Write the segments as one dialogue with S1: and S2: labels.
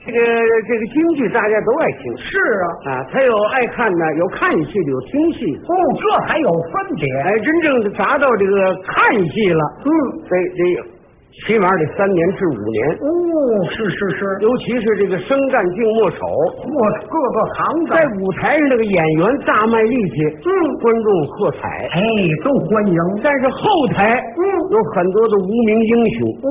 S1: 这个这个京剧大家都爱听
S2: 是啊，
S1: 啊，他有爱看的，有看戏的，有听戏的。
S2: 哦，这还有分别。
S1: 哎，真正的达到这个看戏了，
S2: 嗯，
S1: 得得起码得三年至五年，
S2: 哦，是是是，
S1: 尤其是这个生旦净末丑，
S2: 我各个行
S1: 在
S2: 当，
S1: 舞台上那个演员大卖力气，嗯，观众喝彩。
S2: 哎，都欢迎。
S1: 但是后台，
S2: 嗯
S1: 有很多的无名英雄，
S2: 哦，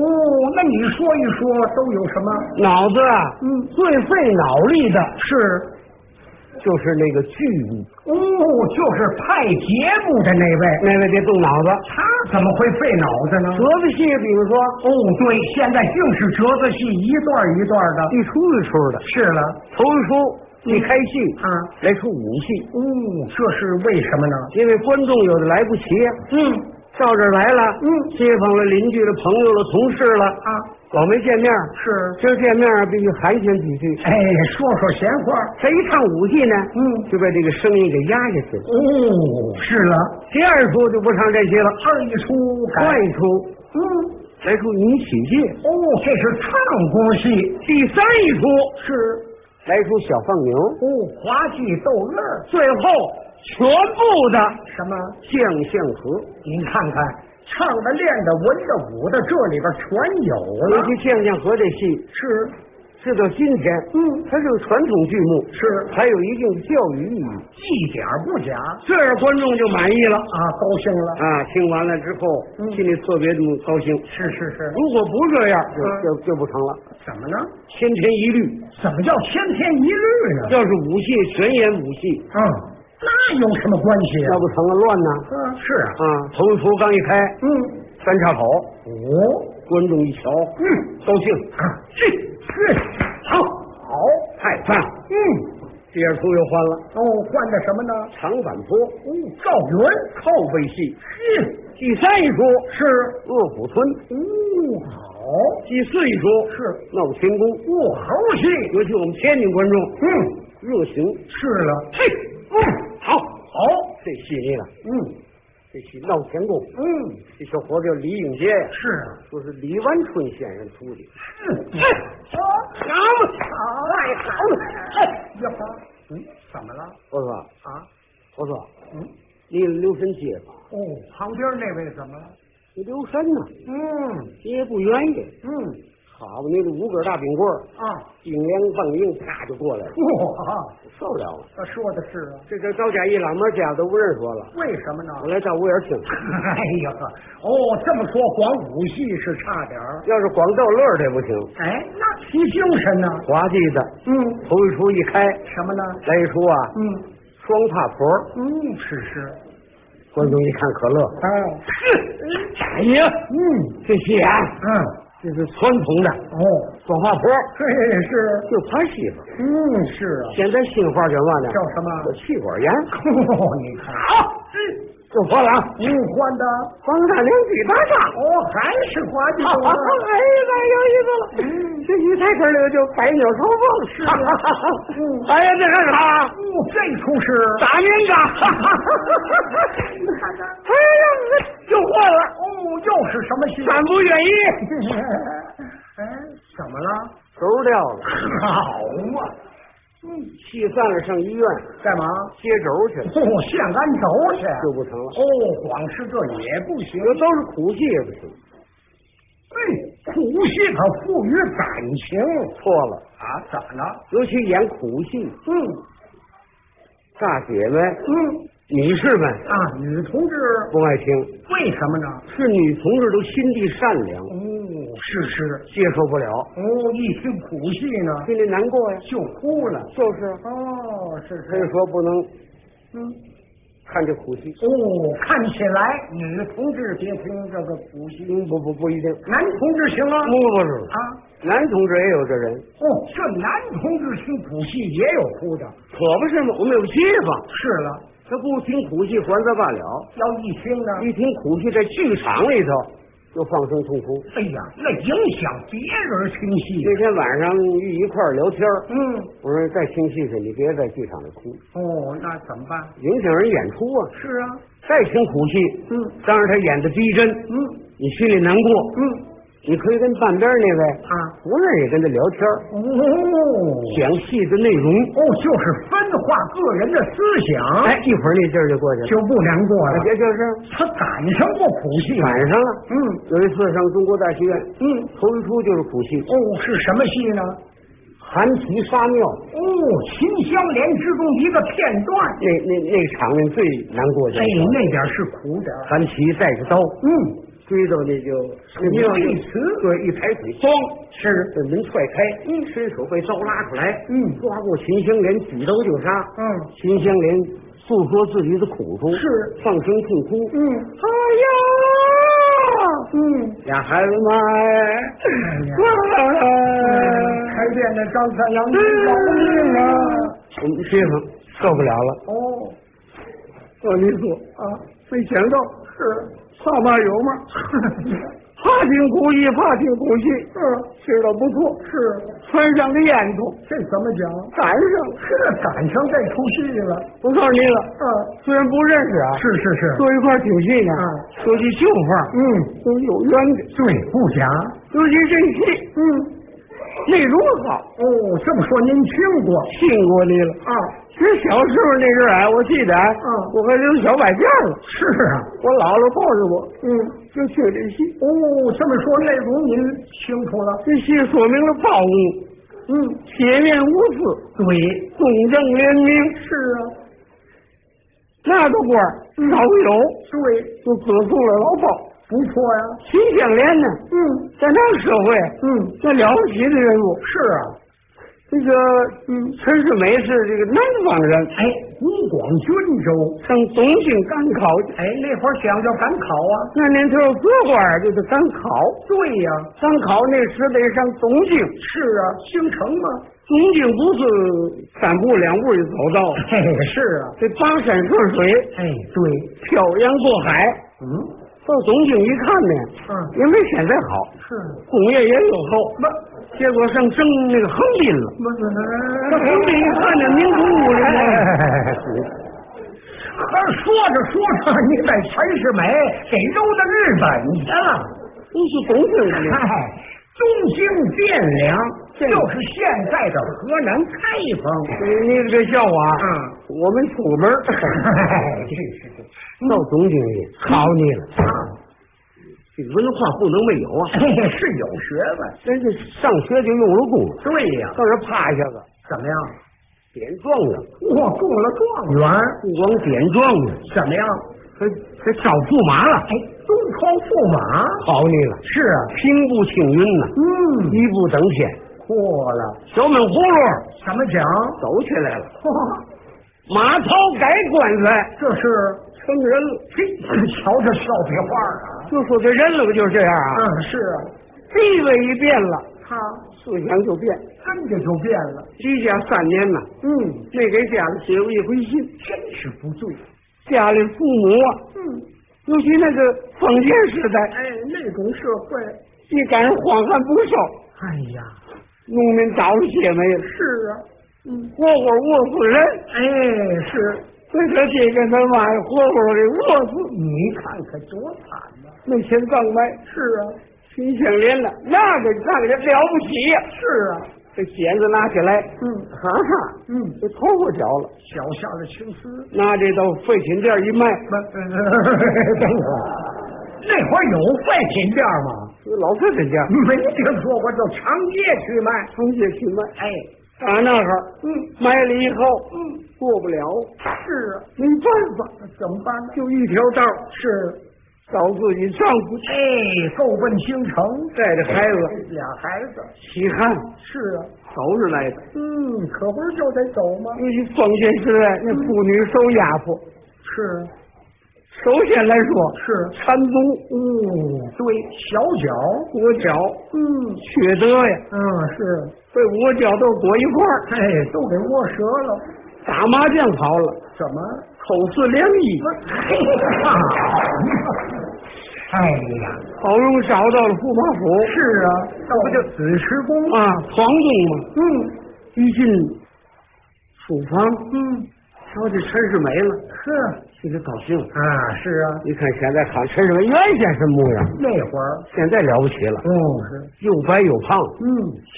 S2: 那你说一说都有什么？
S1: 脑子啊，
S2: 嗯
S1: 最费脑力的
S2: 是，
S1: 就是那个剧务，
S2: 哦，就是派节目的那位，
S1: 那位得动脑子。
S2: 他怎么会费脑子呢？
S1: 折子戏，比如说
S2: 哦，对，现在净是折子戏，一段一段的。
S1: 一出一出的，
S2: 是了，
S1: 头一出一开戏，
S2: 嗯啊
S1: 来出武戏，
S2: 哦，这是为什么呢？
S1: 因为观众有的来不及呀，
S2: 嗯
S1: 到这儿来了，
S2: 嗯
S1: 街坊了、邻居了、朋友了、同事了，
S2: 啊，
S1: 老没见面儿，
S2: 是，
S1: 今儿见面儿必须寒暄几句。
S2: 哎，说说闲话。
S1: 这一唱武戏呢，
S2: 嗯
S1: 就把这个声音给压下去了。
S2: 哦，是了，
S1: 第二出就不唱这些了，
S2: 二一出
S1: 换
S2: 改，
S1: 一出
S2: 嗯。
S1: 来出女喜剧，
S2: 哦，这是唱功戏，
S1: 第三一出
S2: 是
S1: 来出小放牛，
S2: 哦，滑稽逗乐儿
S1: 最后全部的
S2: 什么？
S1: 将相和。
S2: 您看看，唱的、练的、文的、武的，这里边全有
S1: 尤
S2: 了。
S1: 其将相和这戏，
S2: 是，
S1: 是到今天，
S2: 嗯，
S1: 它是个传统剧目，
S2: 是
S1: 还有一定的教育意义，
S2: 一点儿不假啊，
S1: 这样观众就满意了
S2: 高兴了。
S1: 啊！听完了之后，
S2: 嗯
S1: 心里特别的高兴。
S2: 是是是，
S1: 如果不这样，
S2: 嗯
S1: 就就就不成了，
S2: 怎么呢？
S1: 千篇一律。
S2: 怎么叫千篇一律呢？
S1: 要是武戏全演武戏，
S2: 嗯，那有什么关系啊
S1: 那？不成了乱呢？
S2: 嗯，是啊，
S1: 啊，头一出刚一开，
S2: 嗯，
S1: 三岔口，
S2: 哦，
S1: 观众一瞧，
S2: 嗯，
S1: 高兴，
S2: 啊，是是，
S1: 好，
S2: 好，
S1: 太棒了。
S2: 嗯，
S1: 第二出又换了
S2: 哦，换的什么呢？
S1: 长坂坡
S2: 哦，赵云，
S1: 靠背戏，
S2: 是
S1: 第三一出
S2: 是。
S1: 饿虎村，
S2: 哦，好，
S1: 第四一出
S2: 是
S1: 闹天宫，
S2: 哦，猴戏，
S1: 尤其我们天津观众
S2: 嗯，
S1: 热情，
S2: 是了，
S1: 嘿，嗯，好，
S2: 好，
S1: 这戏腻了，
S2: 嗯
S1: 这戏闹天宫，
S2: 嗯，
S1: 这小伙叫李应杰呀，
S2: 是啊，
S1: 就是李湾春先生出去，
S2: 嗯，
S1: 好嘛，
S2: 太好了，哎呀妈，嗯，怎么了
S1: 我说，
S2: 啊？
S1: 我说，
S2: 嗯，
S1: 你留神结巴，
S2: 哦，旁边那位怎么了？
S1: 你留神呐、
S2: 嗯
S1: 你也不愿意，
S2: 嗯
S1: 好吧，那个五根大冰棍儿，
S2: 啊，
S1: 顶梁棒硬，啪就过来了，
S2: 哇，
S1: 受不了了。
S2: 他说的是啊，
S1: 这这高甲一老门甲都不认识我了，
S2: 为什 么呢？
S1: 我来到屋檐听。
S2: 哎呀，哦，这么说黄武戏是差点儿，
S1: 要是光逗乐儿这不行，
S2: 哎，那提精神呢？
S1: 滑稽的，
S2: 嗯，
S1: 头一出一开，
S2: 什么呢？
S1: 来一出啊，
S2: 嗯。
S1: 双怕婆，
S2: 嗯，是是，
S1: 观众一看可乐，
S2: 哎，
S1: 哎呀，
S2: 嗯
S1: 这戏啊，
S2: 嗯，
S1: 这是传统的
S2: 哦，
S1: 双怕婆，
S2: 嘿是，
S1: 就他媳妇儿。
S2: 嗯是啊，
S1: 现在新话叫嘛呢？
S2: 叫什么？
S1: 叫气管炎。
S2: 哦，你看，
S1: 好，就说了啊，
S2: 嗯，换的，
S1: 黄大娘比大大。
S2: 哦，还是滑稽
S1: 哎呀，
S2: 逗乐儿，
S1: 太有意思了！这一抬头里就百鸟朝凤，是啊
S2: 嗯
S1: 哎呀，这是啥？
S2: 哦，这出是，
S1: 打您的！ 哎呀，又换了，
S2: 哦，又是什么戏？
S1: 俺不愿意，
S2: 哎，怎么了？
S1: 头掉了，
S2: 好嘛，
S1: 气散了，上医院
S2: 干嘛？
S1: 接轴去了，
S2: 哦，县安轴去。
S1: 就不成了。
S2: 哦，光吃这也不行。
S1: 这都是苦戏也不行，
S2: 哎，苦戏可赋予感情
S1: 错了，
S2: 啊？怎么了？
S1: 尤其演苦戏，
S2: 嗯。
S1: 大姐们、
S2: 嗯
S1: 女士们
S2: 啊，女同志
S1: 不爱听，
S2: 为什么呢？
S1: 是女同志都心地善良，
S2: 哦，是是，
S1: 接受不了，
S2: 哦，一听苦戏呢
S1: 心里难过呀。
S2: 就哭了。
S1: 就是，
S2: 哦，是，
S1: 他就是说不能
S2: 嗯，
S1: 看这苦戏。
S2: 哦，看起来女同志别听这个苦戏，
S1: 嗯，不不不一定，
S2: 男同志行吗？
S1: 不不是，
S2: 啊，
S1: 男同志也有这人，
S2: 哦，这男同志听苦戏也有哭的。
S1: 可不是嘛。我们有街坊，
S2: 是了，
S1: 他不听苦戏还则罢了，
S2: 要一听呢，
S1: 一听苦戏在剧场里头就放声痛哭。
S2: 哎呀，那影响别人听戏。
S1: 那天晚上一块儿聊天儿，
S2: 嗯，
S1: 我说再听戏去，你别在剧场里哭，
S2: 哦，那怎么办？
S1: 影响人演出啊。
S2: 是啊，
S1: 再听苦戏，
S2: 嗯
S1: 当然他演的逼真，
S2: 嗯
S1: 你心里难过，
S2: 嗯，
S3: 你可以跟半边那位
S2: 啊
S3: 不认识跟他聊天儿，
S2: 哦哦，
S3: 讲戏的内容。
S2: 就是分化个人的思想，
S3: 哎，一会儿那劲儿就过去了。
S2: 就不难过
S3: 啊
S2: 了。
S3: 别就是
S2: 他赶上过苦戏了，
S3: 赶上了。
S2: 嗯
S3: 有一次上中国大戏院，
S2: 嗯，
S3: 头一出就是苦戏，
S2: 哦，是什么戏呢？
S3: 含皮撒尿，
S2: 哦，秦香莲之中一个片段。
S3: 那那那个场面最难过去
S2: 哎
S3: 了。，
S2: 那点是苦点儿。
S3: 韩琦带着刀
S2: 嗯，
S3: 追到那就
S2: 一
S3: 那
S2: 对
S3: 词，对，一抬腿，咣，
S2: 是，
S3: 这门踹开，嗯，伸手被刀拉出来，
S2: 嗯
S3: 抓住秦香莲，举刀就杀，
S2: 嗯，
S3: 秦香莲诉说自己的苦衷，
S2: 是
S3: 放声痛哭，
S2: 嗯，
S1: 哎呀，嗯，
S3: 俩孩子妈哎，
S1: 哇，
S2: 呃开店的张三阳老命啊！
S3: 我们街坊受不了了，
S2: 哦，
S1: 我跟你说啊，没想到是怕嘛有嘛，怕听古戏，怕听古戏，嗯，吃的不错，
S2: 是，
S1: 穿上的烟囱，
S2: 这怎么讲？
S1: 赶上了。
S2: 这赶上这出戏了。
S1: 我告诉你了，
S2: 嗯，
S1: 虽然不认识啊，
S2: 是是是。
S1: 坐一块儿挺近呢
S2: 啊，
S1: 说句旧话，
S2: 嗯，
S1: 都有冤的，
S2: 对，不假。
S1: 尤其这 戏，嗯，内容好，
S2: 哦，这么说您听过
S1: 信过你了。
S2: 啊？
S1: 其实小时候那阵儿啊，我记得啊，
S2: 嗯
S1: 我还留小摆件儿了，
S2: 是啊。
S1: 我姥姥抱着我，嗯，就学这戏，
S2: 哦，这么说内容您清楚了。
S1: 这戏说明了暴怒，嗯，铁面无私，
S2: 对，
S1: 公正廉明，
S2: 是啊，嗯
S1: 那个官儿少有，
S2: 对，
S1: 就资助了老包。
S2: 不错呀、
S1: 秦香莲呢，
S2: 嗯
S1: 在那个社会，
S2: 嗯，
S1: 那了不起的人物，
S2: 是啊。
S1: 这个嗯，陈世美是这个南方人，
S2: 哎，湖广均州，
S1: 上东京赶考去，
S2: 哎，那会儿讲究赶考啊。
S1: 那年头儿做官儿就是赶考，
S2: 对呀、
S1: 赶考那时得上东京。
S2: 是啊，京城嘛。
S1: 东京不是三步两步就走 到，
S2: 嘿，是啊。
S1: 这跋山涉水，
S2: 哎，对，
S1: 漂洋过海，
S2: 嗯
S1: 到东京一看呢，
S2: 嗯，
S1: 也没现在好，
S2: 是啊。
S1: 工业也落后，结果上征那个横滨了，
S2: 不是，
S1: 到横滨一看呢，民族舞人 了，
S2: 可是说着说着，你把陈世美给揉到日本去了。
S1: 你是东京人，
S2: 哎，东京汴梁
S1: 这
S2: 就是现在的河南开封。
S1: 你你这笑话啊，
S2: 啊，
S3: 我们出门 儿
S2: 是是是，
S3: 到总经理，好你了，啊这文化不能没有啊，
S2: 是有学问。
S3: 真是上学就用了功了，
S2: 对呀、
S3: 到这啪一下子
S2: 怎么样？
S3: 点状了，
S2: 我中了状元，
S3: 不光点状了，
S2: 怎么样？
S3: 还还找驸马了，
S2: 哎，东窗驸马。
S3: 好你了，
S2: 是啊，
S3: 平步青云呐，
S2: 嗯，
S3: 一步登天，
S2: 过了。
S3: 小闷葫芦
S2: 怎么讲？
S3: 走起来了，
S2: 嚯，
S3: 马超改棺材
S2: 这是
S3: 成人了，
S2: 嘿，瞧这俏皮话啊！
S3: 就说这人了不就是这样啊？
S2: 嗯，是啊，
S1: 地位一变了，
S2: 他
S1: 思想就变。
S2: 跟着就变了。
S1: 居家三年呐，
S2: 嗯，
S1: 没给家里写过一回信，
S2: 真是不对。
S1: 家里父母啊，
S2: 嗯。
S1: 尤其那个封建时代，
S2: 哎，那种社会，
S1: 一赶上荒旱不收，
S2: 哎呀，
S1: 农民早就血霉了，
S2: 是啊，
S1: 活活饿死人。
S2: 哎，是，
S1: 所以说这个他妈活活给饿死，
S2: 你看看多惨呐、
S1: 没钱葬埋，
S2: 是啊，
S1: 秦香莲了，那个那个了不起呀、
S2: 是啊，
S1: 这剪子拿起来，
S2: 嗯
S1: 哈哈，
S2: 嗯，
S1: 这头发掉了，
S2: 脚下的青丝，
S1: 拿这到废品店一卖，
S2: 不，呃 等会儿，那会儿有废品店吗？
S1: 这老太太家
S2: 没听说过，就长街去卖。
S1: 从街去卖，
S2: 哎，
S1: 打那会儿，嗯，买了以后，嗯，过不了，
S2: 是啊，
S1: 没办法，
S2: 怎么办呢？
S1: 就一条道儿，
S2: 是，
S1: 找自己丈夫，
S2: 哎，够奔京城，
S3: 带着孩子
S2: 俩孩子，
S3: 稀罕
S2: 是啊，
S3: 走着来的，
S2: 嗯，可不是就得走吗？
S1: 尤其封建时代，那妇女受压迫，
S2: 是
S1: 首先来说
S2: 是，
S1: 缠足、
S2: 哦，对，小脚。
S1: 裹脚、
S2: 嗯
S1: 缺德呀，
S2: 嗯，是，
S1: 被裹脚都裹一块儿，
S2: 哎，都给窝折了，
S1: 打麻将好了，
S2: 怎么？
S1: 口是良医，
S2: 嘿呀，哎呀，
S1: 好容易找到了驸马府，
S2: 是啊，这不就子时宫？
S1: 啊，房东嘛，
S2: 嗯
S1: 一进厨房，
S2: 嗯，
S3: 瞧这陈世美了，
S2: 呵，
S1: 心里高兴。
S2: 啊，是啊，
S1: 你看现在看陈世美原先是模样，
S2: 那会儿，
S1: 现在了不起了，
S2: 嗯，是，
S1: 又白又胖，
S2: 嗯，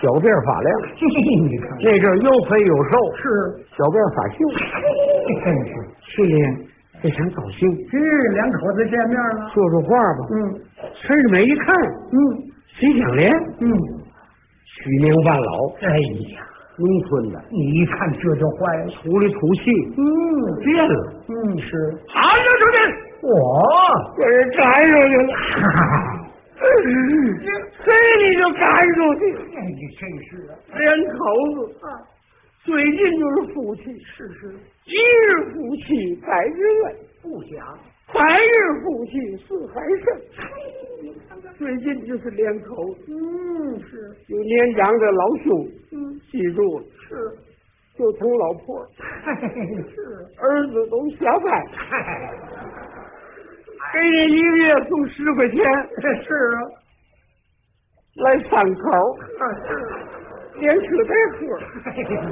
S1: 小辫儿发亮。
S2: 嘿嘿，你看，
S1: 那阵儿又肥又瘦，
S2: 是，
S1: 小辫儿发秀。
S2: 嘿真是，
S1: 去年非常高兴，
S2: 是两口子见面了，
S1: 说说话吧。
S2: 嗯
S1: 陈世美一看，
S2: 嗯
S1: 徐香莲，
S2: 嗯，
S1: 虚名半老，
S2: 哎呀，
S1: 农村的，
S2: 你一看这就坏了，
S1: 土里土气，
S2: 嗯
S1: 变了。
S2: 嗯是，
S1: 喊了出去，
S2: 我，
S1: 给人赶出去了。
S2: 哈哈，
S1: 谁你就赶出去？
S2: 哎，你真是啊，
S4: 两口子啊，最近就是夫妻，是是，一日夫妻百日恩，
S2: 不想，
S4: 百日夫妻似海 深。最近就是两口子，
S2: 嗯是，
S4: 有年长的老兄，
S2: 嗯
S4: 记住了，
S2: 是，
S4: 就从老婆
S2: 嘿嘿哎是，
S4: 儿子都下班，
S2: 哎，
S4: 给你一个月送十块钱
S2: 这是啊，
S4: 来三口，
S2: 啊是。
S4: 连吃带喝，
S2: 嘿嘿啊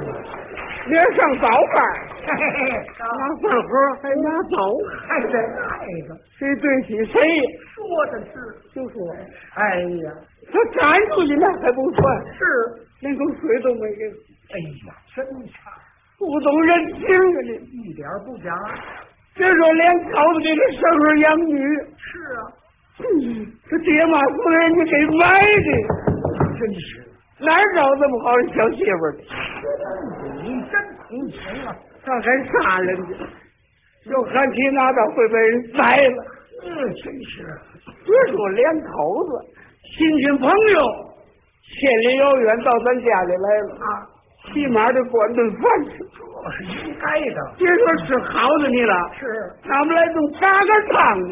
S4: 连上早班，
S2: 哎嘿，
S4: 拿饭盒还拿走，
S2: 太真爱了，
S4: 谁对起谁呀？
S2: 说的是，
S4: 就说
S2: 哎呀，
S4: 他赶出去那还不算，
S2: 是，
S4: 连口水都没给我，
S2: 哎呀，真差，
S4: 不懂人情啊你！
S2: 一点不假，
S4: 这说连口子给他生儿养女，
S2: 是啊，
S4: 哼这爹妈夫人家给埋的，
S2: 真是，
S4: 哪儿找这么好的小媳妇儿去？
S2: 你真同情啊，
S4: 他还杀人家，要含情拿到会被人宰了。
S2: 嗯，真是，
S4: 别说两口子，亲戚朋友，千里遥远到咱家里来了，
S2: 啊，
S4: 起码得管顿饭吃。
S2: 这是应该的，
S4: 别说吃好的你了，
S2: 是，啊
S4: 俺们来顿疙瘩汤，
S2: 你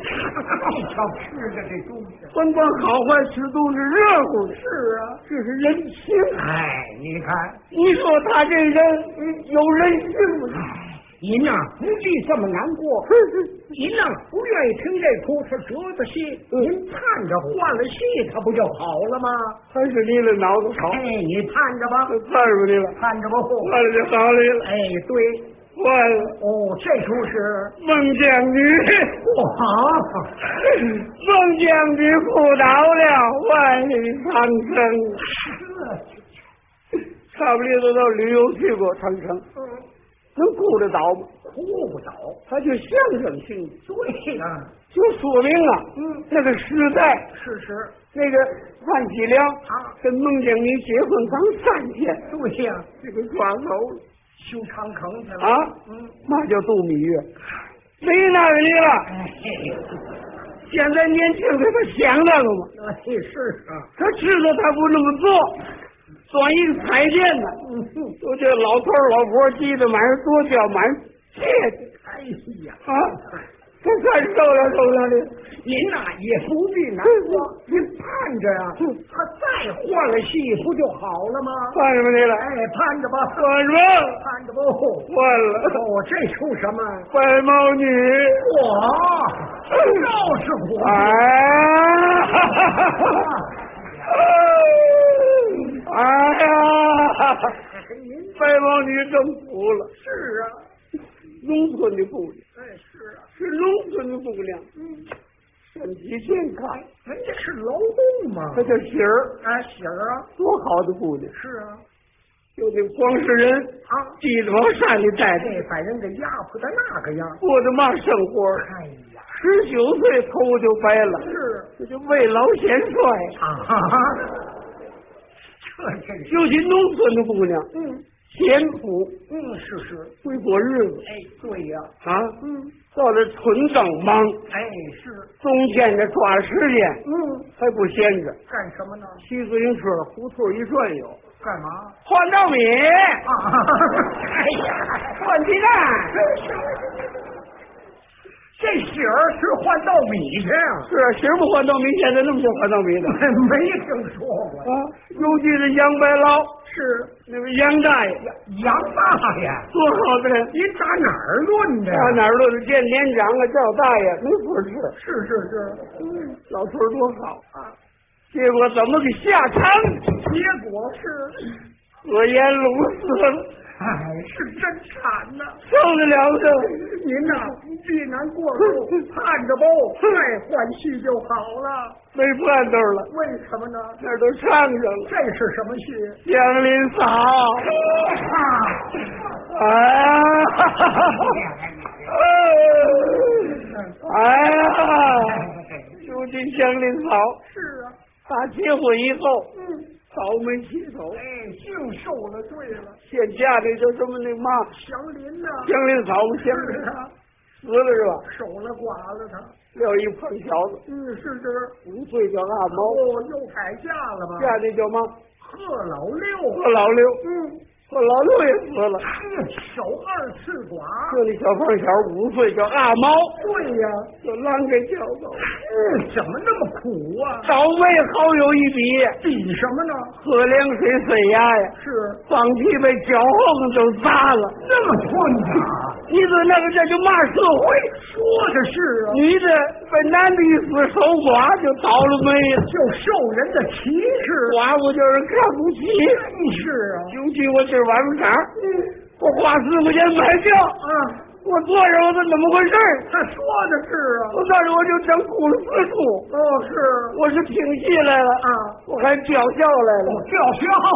S2: 瞧吃的这东西，
S4: 甭管好坏，吃都是热乎的。
S2: 是啊，
S4: 这是人情。啊
S2: 哎，你看，
S4: 你说他这人嗯有人性吗？
S2: 您呐、不必这么难过。您呐、不愿意听这出，他折的戏，您盼着换了戏，他不就好了吗？
S4: 还是你的脑子好，
S2: 哎，你盼着吧，
S4: 盼着你了，
S2: 盼着吧，
S4: 坏了就好了，
S2: 哎，对，
S4: 坏了
S2: 哦，这出是
S4: 孟姜女。
S2: 不好，
S4: 孟姜女哭倒了，万里长城。差不离多到旅游去过长城，
S2: 嗯
S4: 能顾得倒吗？
S2: 哭不倒。
S4: 他就相声性质，
S2: 对呀，
S4: 就说明啊，
S2: 嗯，
S4: 那个时代，
S2: 事实
S4: 那个范启良
S2: 啊
S4: 跟孟姜女结婚刚三天，
S2: 对呀，
S4: 这个抓头了
S2: 修长城去了
S4: 啊，
S2: 嗯，
S4: 那叫度蜜月，没那个你了。
S2: 哎，
S4: 现在年轻人他想那个吗？
S2: 对是啊，
S4: 他知道他不那么做，转一个彩电呢。说这老头儿老婆儿急得满是多叫满是谢谢
S2: 哎呀，
S4: 啊，这算是受了受了的。
S2: 您呐也不必难过，您盼着呀，他再换了戏不就好了吗？
S4: 换什么你了？
S2: 哎，盼着吧，
S4: 换什么？
S2: 盼着吧。哦，
S4: 换了，
S2: 这出什么？
S4: 换猫女。
S2: 我就是我。
S4: 啊！哈哈哈哈哎呀，哈哈
S2: 您
S4: 白毛女真服了，
S2: 是啊，
S4: 农村的姑娘
S2: 哎是啊，嗯
S4: 是农村的姑娘，身体健康，
S2: 人家是劳动嘛。
S4: 她叫喜儿。
S2: 哎，喜儿啊，
S4: 多好的姑娘，
S2: 是啊，
S4: 就那光是人，
S2: 啊，
S4: 记得往山里带的，
S2: 这把人给压迫的那个样。
S4: 过着嘛生活？
S2: 哎呀，
S4: 十九岁头就白了，
S2: 是
S4: 这就未老先衰。
S2: 啊，哈哈这真是，
S4: 尤其农村的姑娘，
S2: 嗯
S4: 简朴
S2: 嗯，是是，
S4: 会过日子
S2: 哎，对呀、
S4: 啊。嗯，到了春耕忙，
S2: 哎是，
S4: 冬天的抓时间
S2: 嗯，
S4: 还不闲着，
S2: 干什么呢？
S4: 骑自行车胡同一转悠，
S2: 干嘛？
S4: 换稻米，
S2: 啊，哈哈哎呀，
S4: 换鸡蛋。
S2: 这喜儿是换稻米去啊。
S4: 是啊，谁不换稻米？现在那么多换稻米的
S2: 没听说过
S4: 啊，尤其是杨白劳，
S2: 是
S4: 那个杨大爷。
S2: 杨大爷，
S4: 多好的人！
S2: 您打哪儿论的？
S4: 到哪儿都是见连长啊，叫大爷，没法吃。
S2: 是是嗯是，
S4: 老头儿多好啊！结果怎么给下场？
S2: 结果是
S4: 喝烟撸死了，
S2: 哎，是真惨呐、
S4: 受得了的。
S2: 您呐、避难过度，盼着包，再换戏就好了。
S4: 没盼头了，
S2: 为什么呢？
S4: 那儿都唱上了。
S2: 这是什么戏？
S4: 祥林嫂，
S2: 啊！
S4: 哎呀，哎呀，如今祥林嫂，
S2: 是啊，
S4: 打结婚以后
S2: 嗯，
S4: 草没起头，
S2: 哎，净受了罪了。
S4: 现嫁的就这么那嘛，
S2: 祥林呐、
S4: 祥林嫂不祥林
S2: 是啊，
S4: 死了是吧？
S2: 守了寡了他。
S4: 撂一胖小子，
S2: 嗯，是这儿。
S4: 五岁叫阿毛，
S2: 哦，又改嫁了吧？
S4: 嫁的叫嘛
S2: 贺老六
S4: 贺老六，
S2: 嗯，
S4: 贺老六也死了，
S2: 守嗯二次寡。
S4: 这那小胖小五岁叫阿毛，
S2: 对呀、
S4: 就狼给叫走了。
S2: 嗯，怎么那么苦啊？
S4: 倒霉好有一比，
S2: 比什么呢？
S4: 喝凉水塞牙呀，
S2: 是
S4: 放屁被脚后跟都砸了。
S2: 那么困难、
S4: 你怎那个这就骂社会？
S2: 说的是啊，
S4: 女的被男的一死守寡就倒了霉了，
S2: 就受人的歧视。
S4: 寡妇就是看不起。
S2: 真是啊，
S4: 尤其我今儿晚上场，我花四块钱买票，
S2: 啊，
S4: 我坐着我这怎么回事儿？
S2: 他说的是啊，
S4: 我当时我就想哭了四哭，
S2: 哦是
S4: 我是听戏来了
S2: 啊，哦
S4: 我还表笑来
S2: 我
S4: 了，
S2: 吊孝啊，